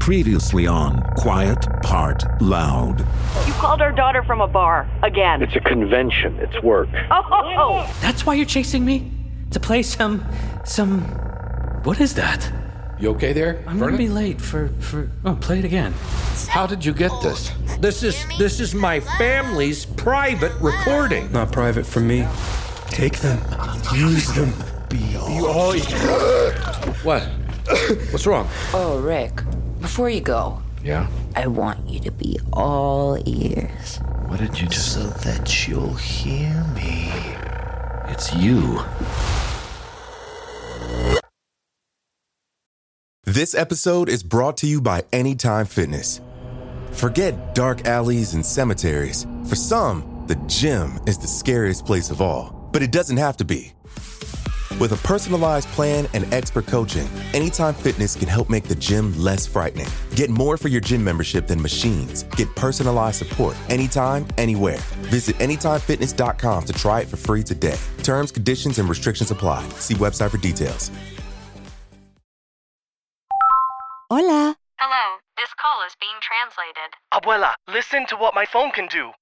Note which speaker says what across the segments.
Speaker 1: Previously on Quiet Part Loud.
Speaker 2: You called our daughter from a bar again.
Speaker 3: It's a convention. It's work.
Speaker 2: Oh, oh, oh.
Speaker 4: That's why you're chasing me? To play some. some. What is that?
Speaker 5: You okay there?
Speaker 4: I'm gonna be late for. for. Oh, play it again.
Speaker 5: How did you get this?
Speaker 6: This is this is my family's private recording.
Speaker 7: Not private for me. Take them. Use them. Be all.
Speaker 5: What? What's wrong?
Speaker 8: Oh, Rick, before you go,
Speaker 5: Yeah.
Speaker 8: I want you to be all ears.
Speaker 5: What did you just?
Speaker 9: so that you'll hear me.
Speaker 5: It's you.
Speaker 10: This episode is brought to you by Anytime Fitness. Forget dark alleys and cemeteries. For some, the gym is the scariest place of all, but it doesn't have to be. With a personalized plan and expert coaching, Anytime Fitness can help make the gym less frightening. Get more for your gym membership than machines. Get personalized support anytime, anywhere. Visit AnytimeFitness.com to try it for free today. Terms, conditions, and restrictions apply. See website for details.
Speaker 11: Hola.
Speaker 12: Hello, this call is being translated.
Speaker 13: Abuela, listen to what my phone can do.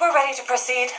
Speaker 14: We're ready to proceed.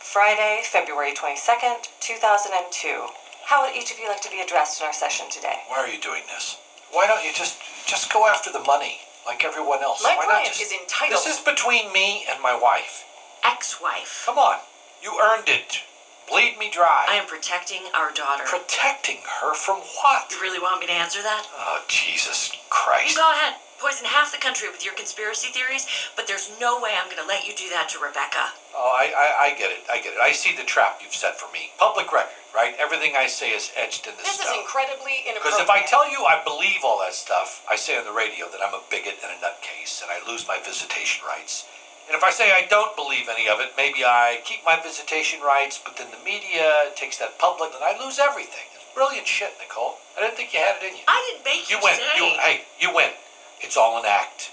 Speaker 14: Friday, February 22nd, 2002. How would each of you like to be addressed in our session today?
Speaker 15: Why are you doing this? Why don't you just just go after the money like everyone else?
Speaker 14: My
Speaker 15: Why not
Speaker 14: client
Speaker 15: just-
Speaker 14: is entitled-
Speaker 15: This is between me and my wife.
Speaker 14: Ex-wife.
Speaker 15: Come on, you earned it. Bleed me dry.
Speaker 14: I am protecting our daughter.
Speaker 15: protecting her from what?
Speaker 14: you really want me to answer that?
Speaker 15: Oh Jesus
Speaker 14: You
Speaker 15: Christ!
Speaker 14: go ahead. Poison half the country with your conspiracy theories, but there's no way I'm going to let you do that to Rebecca.
Speaker 15: Oh, I, I I get it. I get it. I see the trap you've set for me. Public record, right? Everything I say is etched in the
Speaker 14: This
Speaker 15: stone.
Speaker 14: is incredibly
Speaker 15: Because
Speaker 14: inappropriate.
Speaker 15: if I tell you I believe all that stuff, I say on the radio that I'm a bigot and a nutcase and I lose my visitation rights. And if I say I don't believe any of it, maybe I keep my visitation rights, but then the media takes that public and I lose everything. It's brilliant shit, Nicole. I didn't think you had it in you.
Speaker 14: I didn't make you,
Speaker 15: You win.
Speaker 14: say.
Speaker 15: You, hey, you win. It's all an act.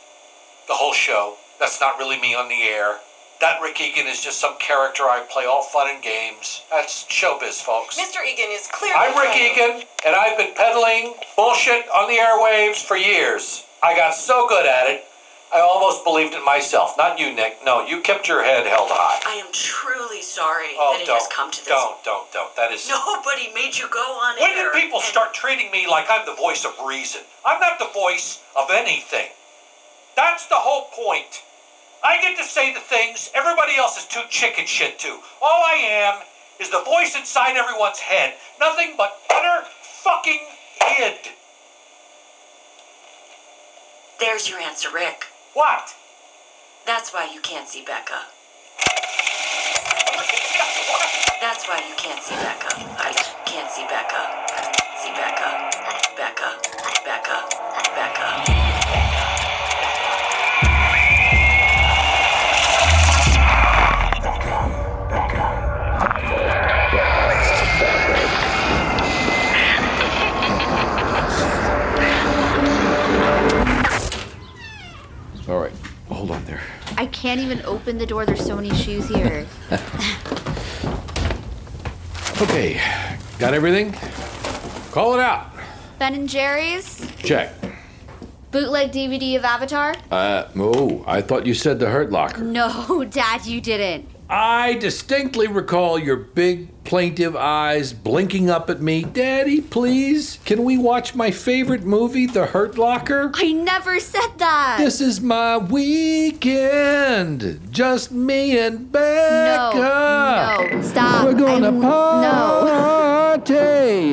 Speaker 15: The whole show. That's not really me on the air. That Rick Egan is just some character I play all fun and games. That's showbiz, folks.
Speaker 14: Mr. Egan is clearly.
Speaker 15: I'm Rick
Speaker 14: playing.
Speaker 15: Egan, and I've been peddling bullshit on the airwaves for years. I got so good at it, I almost believed it myself. Not you, Nick. No, you kept your head held high.
Speaker 14: I am truly sorry
Speaker 15: Oh,
Speaker 14: that it
Speaker 15: don't,
Speaker 14: has come to this.
Speaker 15: don't, don't, don't. That is.
Speaker 14: Nobody made you go on
Speaker 15: When
Speaker 14: air.
Speaker 15: did people
Speaker 14: and-
Speaker 15: start treating me like I'm the voice of reason? I'm not the voice of anything. That's the whole point. I get to say the things everybody else is too chicken shit to. All I am is the voice inside everyone's head. Nothing but utter fucking id.
Speaker 14: There's your answer, Rick.
Speaker 15: What?
Speaker 14: That's why you can't see Becca. That's why you can't see Becca. I can't see Becca. See Becca. Becca. Becca. Becca.
Speaker 5: All right. Hold on there.
Speaker 16: I can't even open the door. There's so many shoes here.
Speaker 5: Okay. Got everything? Call it out.
Speaker 16: ben and Jerry's
Speaker 5: Check.
Speaker 16: bootleg DVD of Avatar.
Speaker 5: Uh, oh, I thought you said the Hurt Locker.
Speaker 16: No, Dad, you didn't.
Speaker 5: I distinctly recall your big plaintive eyes blinking up at me. Daddy, please, can we watch my favorite movie, The Hurt Locker?
Speaker 16: I never said that.
Speaker 5: This is my weekend. Just me and Becca.
Speaker 16: no, stop.
Speaker 5: We're gonna
Speaker 16: I'm-
Speaker 5: party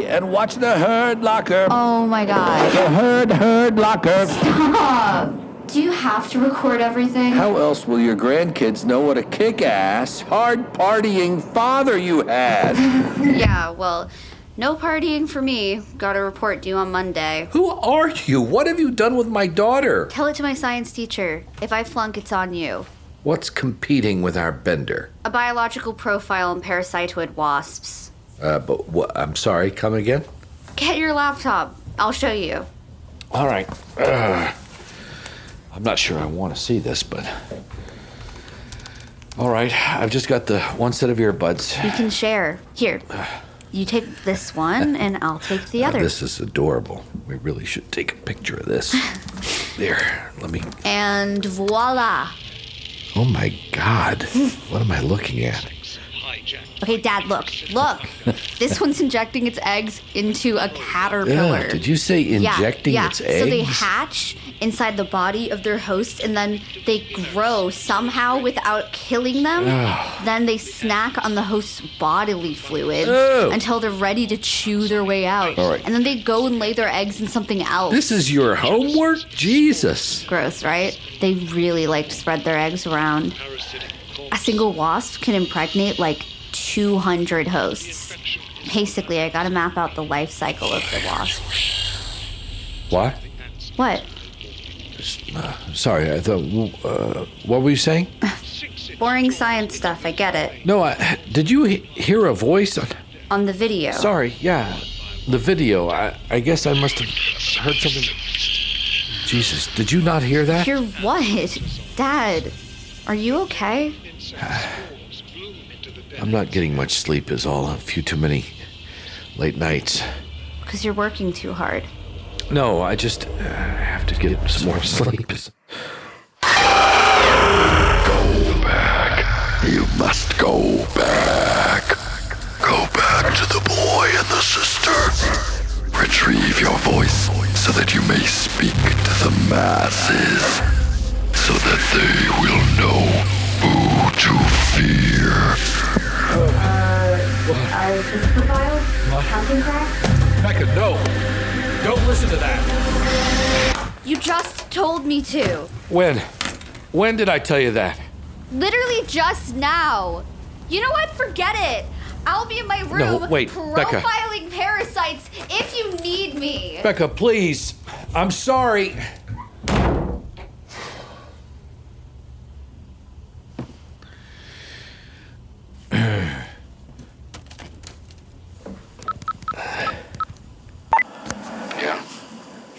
Speaker 5: and watch the herd locker.
Speaker 16: Oh my God.
Speaker 5: The herd herd locker.
Speaker 16: Stop. Do you have to record everything?
Speaker 5: How else will your grandkids know what a kick-ass, hard partying father you had?
Speaker 16: Yeah, Uh, well, No partying for me. Got a report due on Monday.
Speaker 5: Who are you? What have you done with my daughter?
Speaker 16: Tell it to my science teacher. If I flunk, it's on you.
Speaker 5: What's competing with our bender?
Speaker 16: A biological profile in parasitoid wasps.
Speaker 5: Uh, but what? I'm sorry. Come again.
Speaker 16: Get your laptop. I'll show you.
Speaker 5: All right. Ugh. I'm not sure I want to see this, but. All right. I've just got the one set of earbuds.
Speaker 16: We can share. Here. You take this one, and I'll take the
Speaker 5: Now,
Speaker 16: other.
Speaker 5: Uh, this is adorable. We really should take a picture of this. there. Let me.
Speaker 16: And voila.
Speaker 5: Oh my God. what am I looking at?
Speaker 16: Okay, Dad, look. Look. this one's injecting its eggs into a caterpillar.
Speaker 5: Ugh, did you say
Speaker 16: Yeah,
Speaker 5: injecting
Speaker 16: yeah.
Speaker 5: its
Speaker 16: So they
Speaker 5: eggs?
Speaker 16: hatch inside the body of their host and then they grow somehow without killing them.
Speaker 5: Ugh.
Speaker 16: then they snack on the host's bodily fluids
Speaker 5: Ew.
Speaker 16: until they're ready to chew their way out.
Speaker 5: Oh. All right.
Speaker 16: And then they go and lay their eggs in something else.
Speaker 5: This is your homework? Jesus.
Speaker 16: gross, right? They really like to spread their eggs around. A single wasp can impregnate like 200 hosts. Basically, I gotta map out the life cycle of the wasp.
Speaker 5: What?
Speaker 16: What?
Speaker 5: Uh, sorry, I thought. Uh, what were you saying?
Speaker 16: Boring science stuff, I get it.
Speaker 5: No, I, did you he- hear a voice? On,
Speaker 16: On the video.
Speaker 5: sorry, yeah. The video. I, I guess I must have heard something. Jesus, did you not hear that?
Speaker 16: You're what? Dad, are you okay?
Speaker 5: I'm not getting much sleep, is all. A few too many late nights.
Speaker 16: Because you're working too hard.
Speaker 5: No, I just uh, have to get some more sleep.
Speaker 17: You must go back. Go back to the boy and the sister. Retrieve your voice so that you may speak to the masses, so that they will know who to fear.
Speaker 6: Becca, no. Don't listen to that.
Speaker 16: You just told me to.
Speaker 5: When? When did I tell you that?
Speaker 16: Literally just now. You know what? Forget it. I'll be in my
Speaker 5: No,
Speaker 16: room
Speaker 5: wait, Becca.
Speaker 16: profiling parasites if you need me.
Speaker 5: Becca, please. I'm sorry.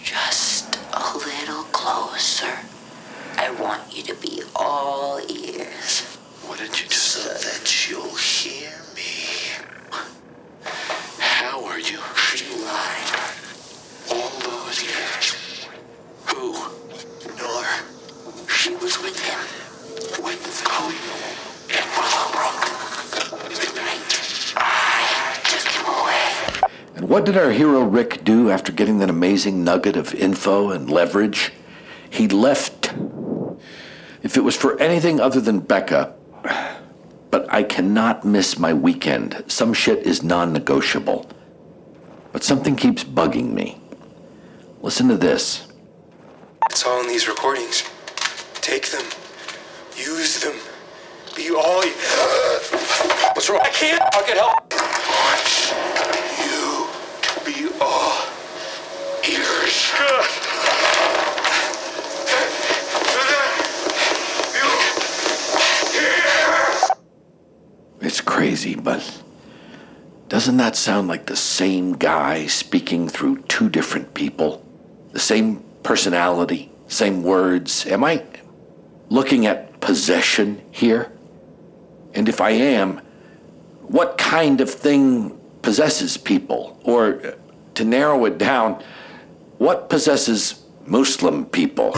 Speaker 8: Just a little closer. I want you to be all ears.
Speaker 17: What did you just so that you'll hear me? How are you? Are you lying? All those years. Who? Nor. She was with him. With Chloe. And Willow
Speaker 18: And what did our hero Rick do after getting that amazing nugget of info and leverage? He left. If it was for anything other than Becca, but I cannot miss my weekend. Some shit is non negotiable. But something keeps bugging me. Listen to this.
Speaker 19: It's all in these recordings. Take them. Use them. Be all. What's wrong? I can't. I'll get help.
Speaker 17: Be all ears.
Speaker 18: It's crazy, but doesn't that sound like the same guy speaking through two different people? The same personality, same words. Am I looking at possession here? And if I am, what kind of thing possesses people? Or uh, to narrow it down, what possesses Muslim people?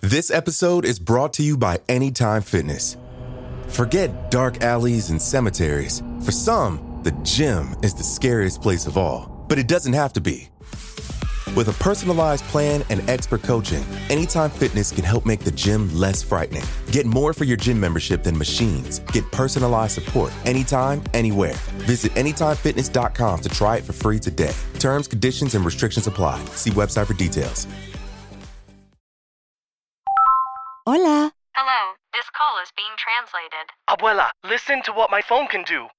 Speaker 10: This episode is brought to you by Anytime Fitness. Forget dark alleys and cemeteries. For some, the gym is the scariest place of all, but it doesn't have to be. With a personalized plan and expert coaching, Anytime Fitness can help make the gym less frightening. Get more for your gym membership than machines. Get personalized support anytime, anywhere. Visit AnytimeFitness.com to try it for free today. Terms, conditions, and restrictions apply. See website for details.
Speaker 11: Hola.
Speaker 13: Hello, this call is being translated. Abuela, listen to what my phone can do.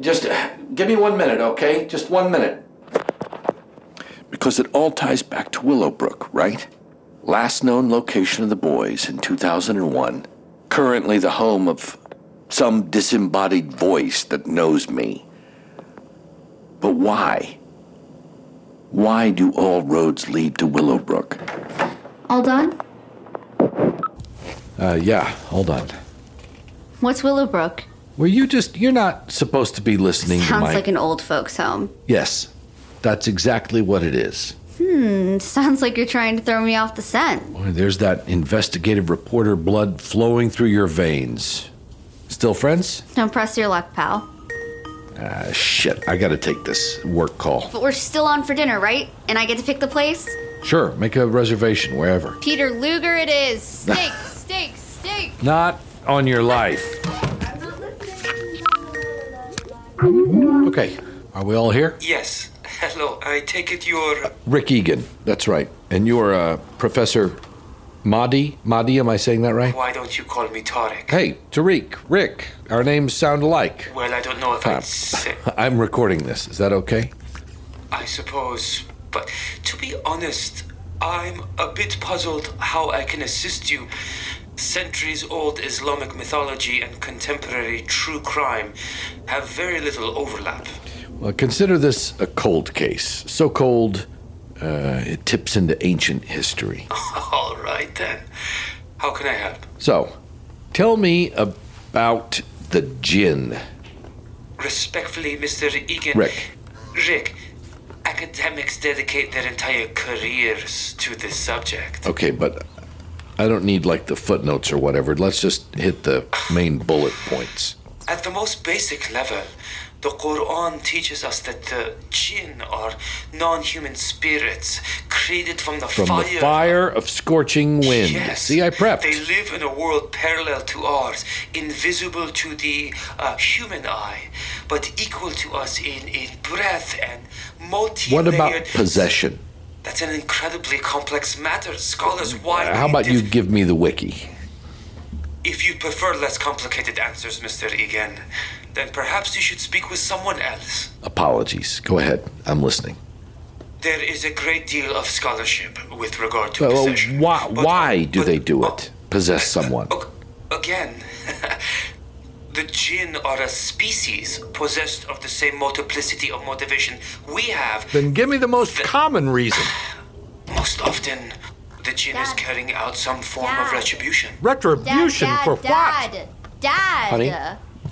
Speaker 18: Just uh, give me one minute, okay? Just one minute. Because it all ties back to Willowbrook, right? Last known location of the boys in 2001. Currently the home of some disembodied voice that knows me. But why? Why do all roads lead to Willowbrook?
Speaker 20: All done?
Speaker 5: Uh, yeah, hold on.
Speaker 16: What's Willowbrook?
Speaker 5: Well, you just, you're not supposed to be listening to
Speaker 16: Sounds
Speaker 5: my.
Speaker 16: like an old folks' home.
Speaker 5: yes, that's exactly what it is.
Speaker 16: Hmm, sounds like you're trying to throw me off the scent.
Speaker 5: Boy, there's that investigative reporter blood flowing through your veins. Still friends?
Speaker 16: Don't press your luck, pal.
Speaker 5: Ah, shit, I gotta take this work call.
Speaker 16: But we're still on for dinner, right? And I get to pick the place?
Speaker 5: Sure, make a reservation wherever.
Speaker 16: Peter Luger it is. Steak, steak, steak.
Speaker 5: Not on your life. Okay, are we all here?
Speaker 15: Yes. Hello. I take it you're.
Speaker 5: Rick Egan, that's right. And you're uh, Professor Mahdi? Mahdi, am I saying that right?
Speaker 15: Why don't you call me Tarek?
Speaker 5: Hey, Tariq, Rick, our names sound alike.
Speaker 15: Well, I don't know if
Speaker 5: Huh.
Speaker 15: I'd say.
Speaker 5: I'm recording this. Is that okay?
Speaker 15: I suppose. But to be honest, I'm a bit puzzled how I can assist you. Centuries old Islamic mythology and contemporary true crime have very little overlap.
Speaker 5: Well, consider this a cold case. So cold, uh, it tips into ancient history.
Speaker 15: All right then. How can I help?
Speaker 5: So, tell me about the gin.
Speaker 15: Respectfully, Mr. Egan.
Speaker 5: Rick.
Speaker 15: Rick, academics dedicate their entire careers to this subject.
Speaker 5: Okay, but I don't need like the footnotes or whatever. Let's just hit the main bullet points.
Speaker 15: At the most basic level, the Quran teaches us that the jinn are non human spirits created from the
Speaker 5: From
Speaker 15: fire.
Speaker 5: the fire of scorching wind.
Speaker 15: Yes.
Speaker 5: See, I prepped.
Speaker 15: They live in a world parallel to ours, invisible to the uh, human eye, but equal to us in, in breadth and multi
Speaker 5: What about possession?
Speaker 15: That's an incredibly complex matter. Scholars widely.
Speaker 5: How about you give me the wiki?
Speaker 15: If you prefer less complicated answers, Mr. Egan, then perhaps you should speak with someone else.
Speaker 5: Apologies. Go ahead. I'm listening.
Speaker 15: There is a great deal of scholarship with regard to
Speaker 5: Well,
Speaker 15: possession.
Speaker 5: why, why do they do it? Possess someone.
Speaker 15: Again, the jinn are a species possessed of the same multiplicity of motivation we have.
Speaker 5: Then give me the most common reason.
Speaker 15: Most often, the jinn is carrying out some form of retribution.
Speaker 6: Retribution
Speaker 16: Dad,
Speaker 6: for
Speaker 16: Dad, Dad.
Speaker 15: Honey?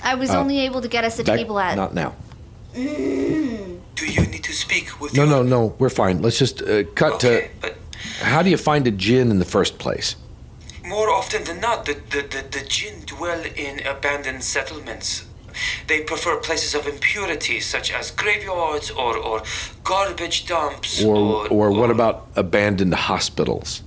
Speaker 16: I was
Speaker 15: Uh,
Speaker 16: only able to get us a
Speaker 5: Back-
Speaker 16: table at.
Speaker 5: Not now.
Speaker 16: Mm.
Speaker 5: No, no, no. We're fine. Let's just uh, cut to. How do you find a gin in the first place?
Speaker 15: More often than not, the, the, the, the jinn dwell in abandoned settlements. They prefer places of impurity, such as graveyards or, or garbage dumps
Speaker 5: Or, or what about abandoned hospitals?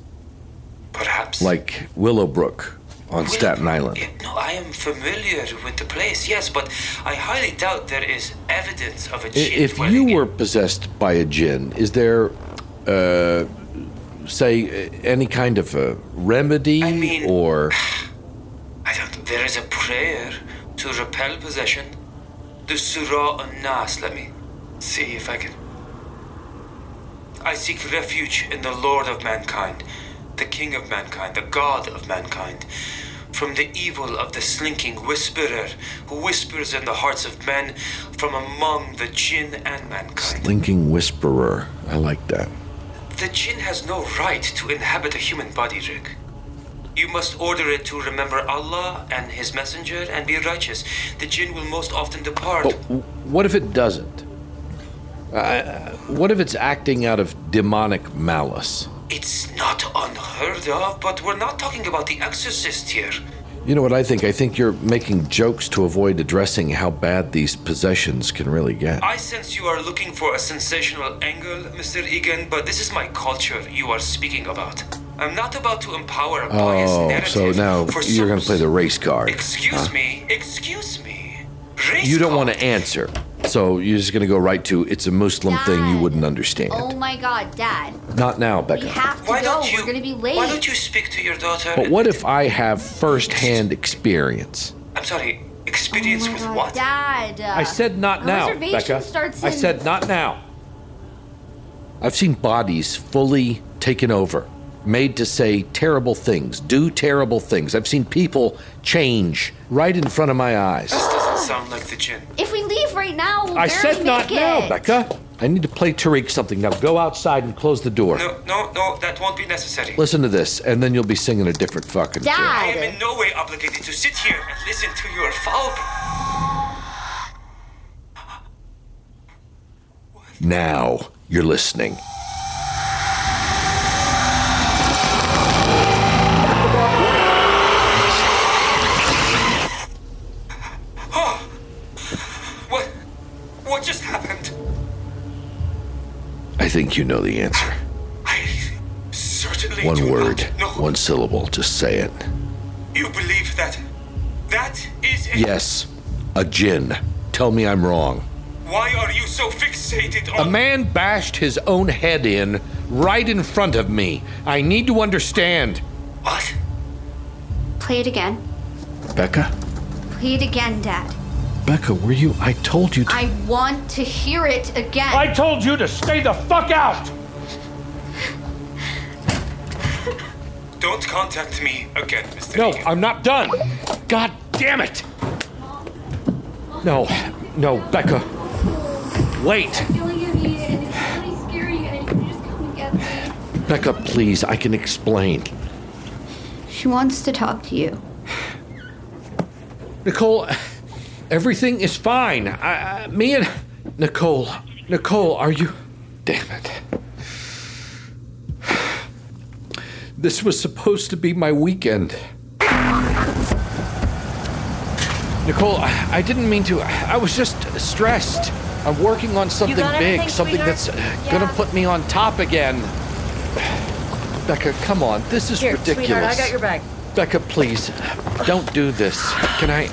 Speaker 15: Perhaps.
Speaker 5: Like Willowbrook on Staten Island.
Speaker 15: No, I am familiar with the place, yes, but I highly doubt there is evidence of a
Speaker 5: I-
Speaker 15: jinn.
Speaker 5: If you were possessed by a jinn, is there, uh, say, uh, any kind of a remedy or.
Speaker 15: There is a prayer to repel possession. The Surah An-Nas, let me see if I can. I seek refuge in the Lord of mankind, the King of mankind, the God of mankind, from the evil of the slinking whisperer who whispers in the hearts of men from among the jinn and mankind.
Speaker 5: Linking whisperer. I like that.
Speaker 15: The jinn has no right to inhabit a human body, Rick. You must order it to remember Allah and His Messenger and be righteous. The jinn will most often depart.
Speaker 5: But w- what if it doesn't? Uh, what if it's acting out of demonic malice?
Speaker 15: It's not unheard of, but we're not talking about the exorcist here.
Speaker 5: You know what I think? I think you're making jokes to avoid addressing how bad these possessions can really get.
Speaker 15: I sense you are looking for a sensational angle, Mr. Egan, but this is my culture you are speaking about. I'm not about to empower a biased
Speaker 5: Oh,
Speaker 15: narrative.
Speaker 5: so now
Speaker 15: for
Speaker 5: you're going to play the race card.
Speaker 15: Excuse
Speaker 5: huh?
Speaker 15: me, excuse me.
Speaker 5: You don't want to answer. So you're just going to go right to it's a Muslim thing you wouldn't understand.
Speaker 16: Oh my god, Dad.
Speaker 5: Not now,
Speaker 16: We
Speaker 5: Becca.
Speaker 16: have to go. We're gonna be late. Oh
Speaker 15: Why don't you speak to your daughter?
Speaker 5: But what if I have first hand experience?
Speaker 15: I'm sorry, experience with what?
Speaker 16: Dad.
Speaker 5: I said not
Speaker 16: our
Speaker 5: now,
Speaker 16: reservation
Speaker 5: Becca.
Speaker 16: starts
Speaker 5: I
Speaker 16: in-
Speaker 5: said not now. I've seen bodies fully taken over, made to say terrible things, do terrible things. I've seen people change right in front of my eyes.
Speaker 16: Oh,
Speaker 15: This doesn't sound like the gin.
Speaker 16: If we leave right now, we'll
Speaker 5: I
Speaker 16: barely
Speaker 5: said not
Speaker 16: make
Speaker 5: now,
Speaker 16: it.
Speaker 5: Becca. I need to play Tariq something. Now go outside and close the door.
Speaker 15: No, no, no, that won't be necessary.
Speaker 5: Listen to this, and then you'll be singing a different fucking tune.
Speaker 15: I am in no way obligated to sit here and listen to your foul.
Speaker 5: Now you're listening.
Speaker 15: What? What just happened?
Speaker 5: I think you know the answer.
Speaker 15: Certainly
Speaker 5: One
Speaker 15: do
Speaker 5: word,
Speaker 15: not. No,
Speaker 5: one syllable, just say it.
Speaker 15: you believe that. That is it.
Speaker 5: Yes, a djinn. Tell me I'm wrong.
Speaker 15: Why are you so fixated
Speaker 5: A
Speaker 15: on?
Speaker 5: man bashed his own head in right in front of me. I need to understand.
Speaker 16: Play it again.
Speaker 5: Becca?
Speaker 16: Play it again, Dad.
Speaker 5: Becca, were you? I told you
Speaker 16: I want to hear it again.
Speaker 5: I told you to stay the fuck out!
Speaker 15: Don't contact me again, Mr.
Speaker 5: No, I'm not done. God damn it. No, no, Becca. Wait.
Speaker 20: feeling of you, and it's really scary, and you just come and get me.
Speaker 5: Becca, please, I can explain.
Speaker 16: She wants to talk to you.
Speaker 5: Nicole, everything is fine. I, I, me and. Nicole, Nicole, are you. Damn it. This was supposed to be my weekend. Nicole, I, I didn't mean to. I was just stressed. I'm working on something big,
Speaker 2: everything,
Speaker 5: something
Speaker 2: sweetheart?
Speaker 5: that's uh, gonna put me on top again. Becca, come on. This is
Speaker 2: Here,
Speaker 5: ridiculous.
Speaker 2: sweetheart, I got your bag.
Speaker 5: Becca, please, don't do this. Can I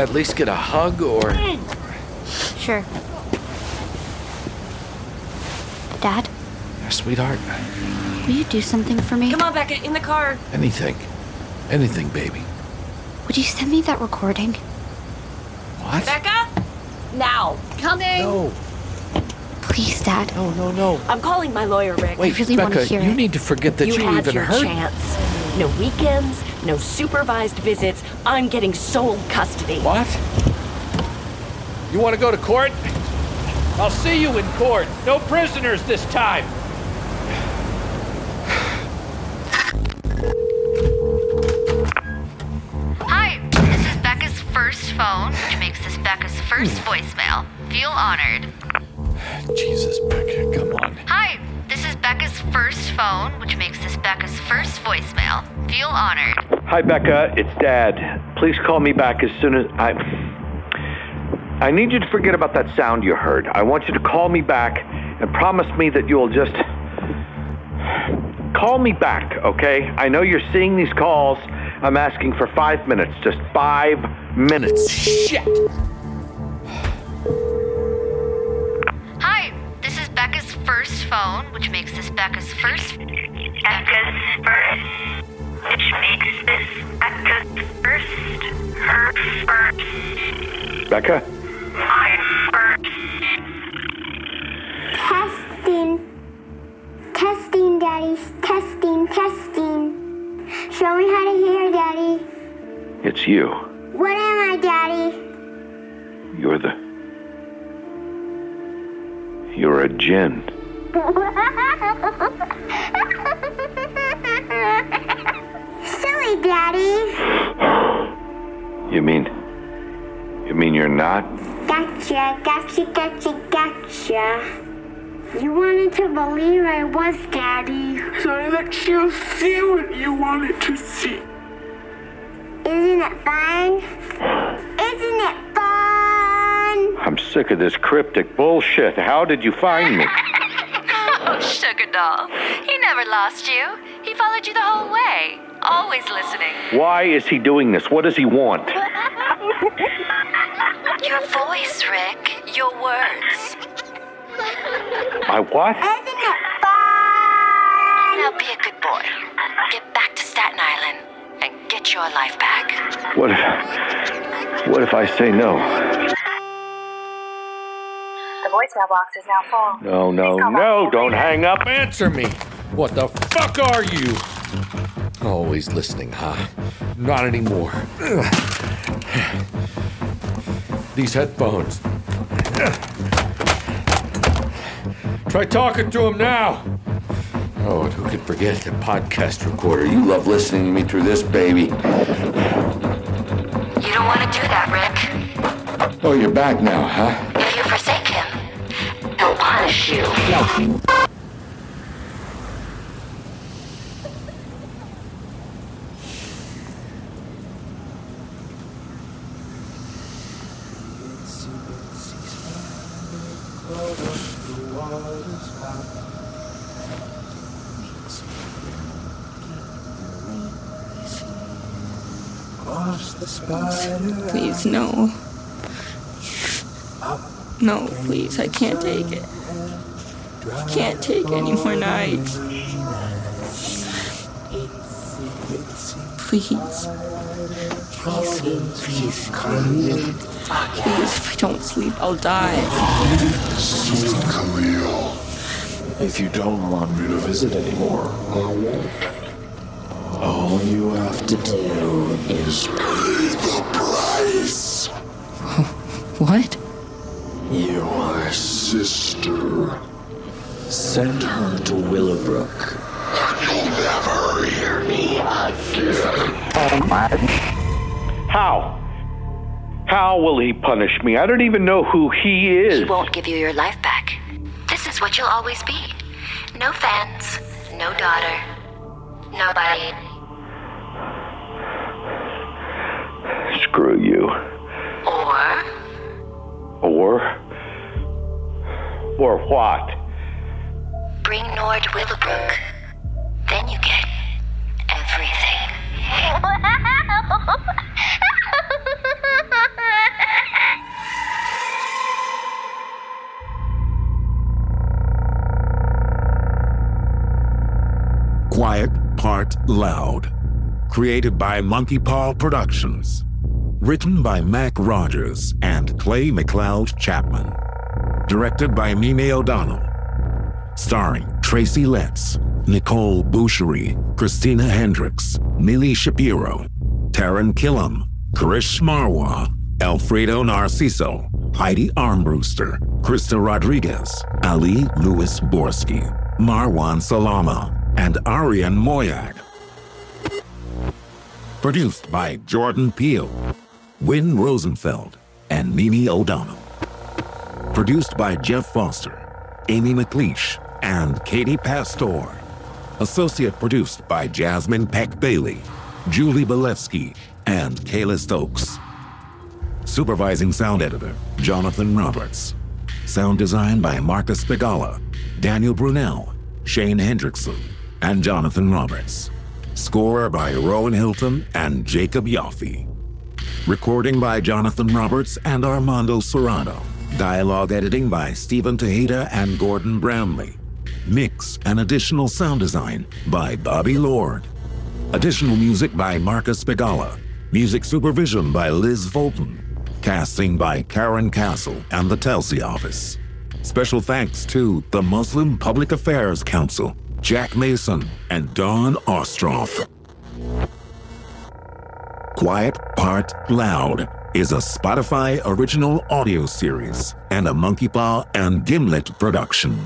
Speaker 5: at least get a hug or.
Speaker 16: Sure. Dad,
Speaker 5: Sweetheart,
Speaker 16: will you do something for me? Come on, Becca, in the car.
Speaker 5: anything. Anything, baby.
Speaker 16: Would you send me that recording?
Speaker 5: What?
Speaker 16: Becca?
Speaker 2: Now. Coming.
Speaker 5: No.
Speaker 16: Please, Dad.
Speaker 5: No, no, no.
Speaker 2: I'm calling my lawyer, Rick.
Speaker 5: Wait, Becca, you need to forget that you,
Speaker 2: had
Speaker 5: even
Speaker 2: your
Speaker 5: heard.
Speaker 2: chance. No weekends, no supervised visits. I'm getting sole custody.
Speaker 5: What? You want to go to court? I'll see you in court. No prisoners this time.
Speaker 12: Hi, this is Becca's first phone, which makes this Becca's first voicemail. Feel honored.
Speaker 5: Jesus, Becca, come on.
Speaker 12: Hi, this is Becca's first phone, which makes this Becca's first voicemail. Feel honored.
Speaker 4: Hi, Becca. It's Dad. Please call me back as soon as I. I need you to forget about that sound you heard. I want you to call me back and promise me that you'll just. Call me back, okay? I know you're seeing these calls. I'm asking for five minutes. Just five minutes. Shit!
Speaker 12: Hi, this is Becca's first phone, which makes this Becca's first. Becca's first, which makes this Becca's first. Her first.
Speaker 4: Becca?
Speaker 21: Testing. Testing, Daddy. Testing, testing. Show me how to hear, Daddy.
Speaker 4: It's you.
Speaker 21: What am I, Daddy?
Speaker 4: You're the. You're a djinn.
Speaker 21: Silly, Daddy.
Speaker 4: You mean. You mean you're not?
Speaker 21: Gotcha, gotcha, gotcha, gotcha. You wanted to believe I was Daddy. So I let you see what you wanted to see. Isn't it fun? Isn't it fun?
Speaker 4: I'm sick of this cryptic bullshit. How did you find me?
Speaker 12: Oh, sugar doll. He never lost you. He followed you the whole way, always listening.
Speaker 4: Why is he doing this? What does he want?
Speaker 12: Your voice, Rick. Your words.
Speaker 4: My what?
Speaker 12: Now be a good boy. Get back to Staten Island and get your life back.
Speaker 4: What if, what if I say no?
Speaker 22: The voicemail box is now full.
Speaker 4: No, no, no, don't hang up. Answer me.
Speaker 5: What the fuck are you? Always listening, huh? Not anymore. Ugh. These headphones. Ugh. Try talking to him now. Oh, and who could forget the podcast recorder?
Speaker 18: You love listening to me through this, baby.
Speaker 12: You don't want to do that, Rick.
Speaker 18: Oh, you're back now, huh?
Speaker 12: If you forsake him, he'll punish you. No.
Speaker 23: Please, no. No, please, I can't take it. I can't take any more knives. Please. Please, please, please, if I don't sleep, I'll die.
Speaker 17: Sweet Khalil, if you don't want me to visit anymore, I won't. All you have to do is pay the price.
Speaker 23: What?
Speaker 17: Your sister sent her to Willowbrook. You'll never hear me again.
Speaker 4: How? How will he punish me? I don't even know who he
Speaker 12: He
Speaker 4: is.
Speaker 12: won't give you your life back. This is what you'll always be. No fans, no daughter, nobody.
Speaker 4: Screw you.
Speaker 12: Or
Speaker 4: Or. Or what?
Speaker 12: bring Nord Willowbrook. Then you get everything.
Speaker 1: Quiet Part Loud. Created by Monkey Paw Productions. Written by Mac Rogers and Clay McLeod Chapman. Directed by Mimi O'Donnell. Starring Tracy Letts, Nicole Boucherie, Christina Hendricks, Neely Shapiro, Taryn Killam, Karish Marwa, Alfredo Narciso, Heidi Armbruster, Krista Rodriguez, Ali Lewis Borski, Marwan Salama, and Arian Moyak. Produced by Jordan Peele, Wynn Rosenfeld, and Mimi O'Donnell. Produced by Jeff Foster, Amy McLeish, and Katie Pastor. Associate produced by Jasmine Peck Bailey, Julie Belevsky, and Kayla Stokes. Supervising sound editor, Jonathan Roberts. Sound design by Marcus Pigala, Daniel Brunel, Shane Hendrickson, and Jonathan Roberts. Score by Rowan Hilton and Jacob Yaffe. Recording by Jonathan Roberts and Armando Serrano. Dialogue editing by Stephen Tejeda and Gordon Bramley. Mix and additional sound design by Bobby Lord. Additional music by Marcus Pigala. Music supervision by Liz Fulton. Casting by Karen Castle and the Telsey office. Special thanks to the Muslim Public Affairs Council, Jack Mason, and Don Ostroff. Quiet Part Loud is a Spotify original audio series and a Monkey Paw and Gimlet production.